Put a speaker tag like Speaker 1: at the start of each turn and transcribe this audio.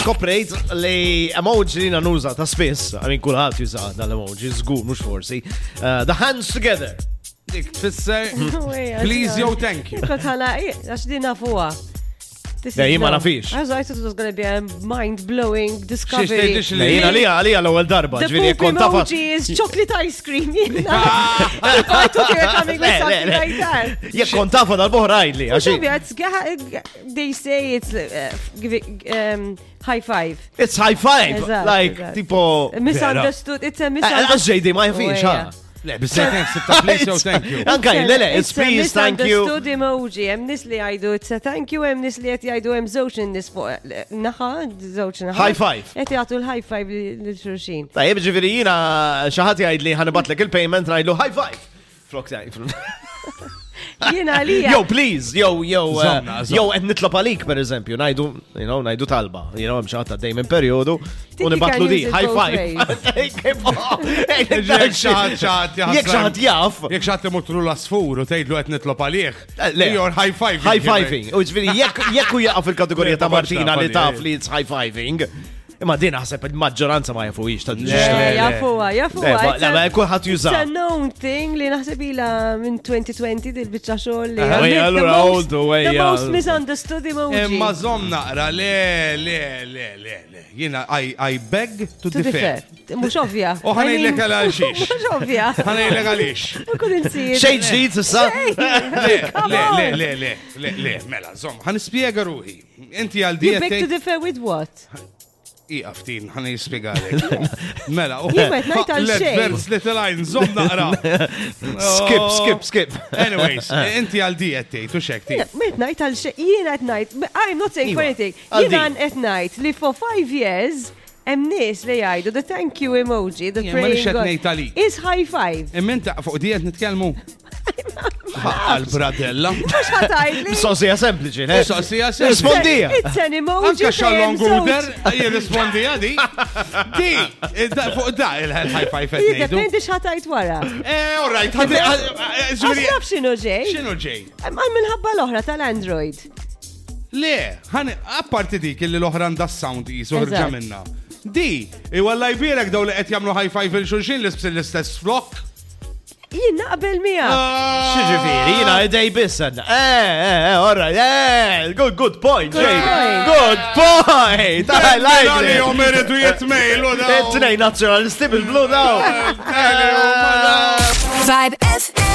Speaker 1: skoprejt li emoji li nanuża ta' spiss, għamin kullħat juża dal-emoji, zgur, mux forsi. Uh, the hands together.
Speaker 2: Dik tfisser.
Speaker 3: Mhm.
Speaker 2: Please, yo, thank you.
Speaker 3: Kont ħana, għax din nafuha. This
Speaker 1: Le,
Speaker 3: is
Speaker 1: jien ma
Speaker 3: no.
Speaker 1: nafix.
Speaker 3: Ah, I was like, it was gonna be a mind-blowing
Speaker 2: Xiex
Speaker 3: discovery.
Speaker 2: tgħidix li
Speaker 1: Jena li għalija l-ewel darba,
Speaker 3: The
Speaker 1: ġviri
Speaker 3: poop
Speaker 1: jekon ta' fatt.
Speaker 3: emoji is chocolate ice cream. you know? I thought you were coming with something like that.
Speaker 1: Jekon ta' fatt għal-boħrajn li,
Speaker 3: Well,
Speaker 1: għaxi.
Speaker 3: yeah, it's ga- they say it's uh, give it, um, high five.
Speaker 1: It's high five.
Speaker 3: Eżatt,
Speaker 1: Like,
Speaker 3: eżatt.
Speaker 1: tipo. Eh,
Speaker 3: Misunderstood. It's a misunderstood.
Speaker 1: Għazġej di ma jafix,
Speaker 3: Oh,
Speaker 1: ha?
Speaker 3: yeah.
Speaker 2: Le, bissa thanks, sitta, please, yo, thank you.
Speaker 1: Anka, le, le, it's
Speaker 3: a
Speaker 1: please, thank you.
Speaker 3: Misunderstood emoji. Hemm nies li jgħidu it's a thank you, hemm nies li qed jgħidu hemm żewġ in-nies fuq naħa, żewġ naħa.
Speaker 1: High five.
Speaker 3: Qed jagħtu l-high five li- lil xulxin.
Speaker 1: Tajib ġviri jina xaħat jgħid li ħanibatlek il-payment ngħidlu high five. Flok tajb.
Speaker 3: Jien għalija.
Speaker 1: Yo, please, yo, yo, eh,
Speaker 2: Zomna, zomna.
Speaker 1: yo, qed nitlob għalik per eżempju, najdu, you know, najdu talba, you know, hemm xi ħadd għaddej minn perjodu u
Speaker 3: you
Speaker 1: nibatlu
Speaker 3: can
Speaker 1: di,
Speaker 3: use it
Speaker 1: high
Speaker 3: both
Speaker 1: five.
Speaker 2: Jek xaħat xaħat jaf.
Speaker 1: Jek xaħat jaf,
Speaker 2: Jek xaħat imutru l-asfur u tgħidlu qed nitlob għalih.
Speaker 1: Le.
Speaker 2: Jor high five.
Speaker 1: high fiving. U ġviri, jekk u jaqa fil-kategorija ta'
Speaker 2: Ma baqax
Speaker 1: Martina li
Speaker 2: taf,
Speaker 1: taf
Speaker 2: għalli,
Speaker 1: li it's high fiving. Imma din naħseb il-maġġoranza ma jafuix ta'
Speaker 3: Le,
Speaker 2: Le, le.
Speaker 3: "Eh, Jafuha,
Speaker 1: Le,
Speaker 3: jafuha.
Speaker 1: Eh, ma-
Speaker 3: It's
Speaker 1: le,
Speaker 3: a-
Speaker 1: ma kulħadd
Speaker 3: It's a
Speaker 1: jużaw.
Speaker 3: known thing li naħseb ila minn 2020 dil-bicċa xogħol li.
Speaker 1: Ah, wejja,
Speaker 3: għamlet the
Speaker 1: allura
Speaker 3: most-
Speaker 1: għoldu, wejja.
Speaker 3: The most misunderstood emoji.
Speaker 2: Imma Eh, zom naqra, le, le, le, le, le. Jina, I, I beg to
Speaker 3: To be fair,
Speaker 2: defend.
Speaker 3: Mux ovvja.
Speaker 2: U ħanejlek għal għal xiex.
Speaker 3: Mux ovvja.
Speaker 2: Ħanejlek għalix.
Speaker 3: Ma kun insir.
Speaker 1: Xejn ġdid issa?
Speaker 2: Le, le,
Speaker 3: on.
Speaker 2: le, le, le, le, le, mela, zom, ħanispiega ruħi. Inti għal
Speaker 3: You beg to
Speaker 2: dijet.
Speaker 3: differ with what?
Speaker 2: Iqaftin, ħanispiega għalek. Mela, u.
Speaker 3: Jien qed ngħid għal xejn.
Speaker 2: Vers little line, zom naqra. Oh.
Speaker 1: Skip, skip, skip.
Speaker 2: Anyways, eh, inti għal dijet tejt, u xekti.
Speaker 3: Met night għal xe, jien at night, I'm not saying for
Speaker 1: Iva,
Speaker 3: anything,
Speaker 1: għal
Speaker 3: jien għan at night li for five years, hemm nies li jgħidu the thank you emoji, the
Speaker 2: Jien ma
Speaker 3: praying
Speaker 2: nix qed
Speaker 3: God
Speaker 2: ngħid għalik.
Speaker 3: is high five.
Speaker 2: Immin E ta' fuq dijet nitkelmu. Għal-bradella.
Speaker 3: Mux ħatajli.
Speaker 1: Sosija sempliċi, le?
Speaker 2: Soqsija sempliċi.
Speaker 1: Rispondija.
Speaker 3: It's an emoji.
Speaker 2: Anka xallon
Speaker 3: fejem
Speaker 2: guder,
Speaker 3: żewġ.
Speaker 2: jirrispondi għadi. Di, e da- fuq da il-high five e għed nejdu.
Speaker 3: Jiddependi xħatajt wara.
Speaker 2: Eh, all right, għadi, ġviri,
Speaker 3: Għasnaf xinu ġej.
Speaker 2: xinu ġej?
Speaker 3: Għal minħabba l-oħra tal-Android.
Speaker 2: Le, għani, apparti dik illi l-oħran da sound jisu
Speaker 3: Eżatt.
Speaker 2: ħirġa minna. Di, e i walla jbirek daw li għed jamlu e high five il-xulxin li sbsil l-istess flok.
Speaker 3: Jien naqbel mija.
Speaker 2: Ah.
Speaker 1: Xieġifiri, jina għedej bissan. Eh, eh, eh, orra, eh, good, good point,
Speaker 3: Good
Speaker 1: Jake.
Speaker 3: point.
Speaker 1: Good point. I like
Speaker 2: Għali,
Speaker 1: it. Eh,
Speaker 2: jomeridu jitmejl, u daw.
Speaker 1: Tnej nazjonalisti bil-blu daw.
Speaker 2: Għali, jomeridu.
Speaker 4: Vibe FM.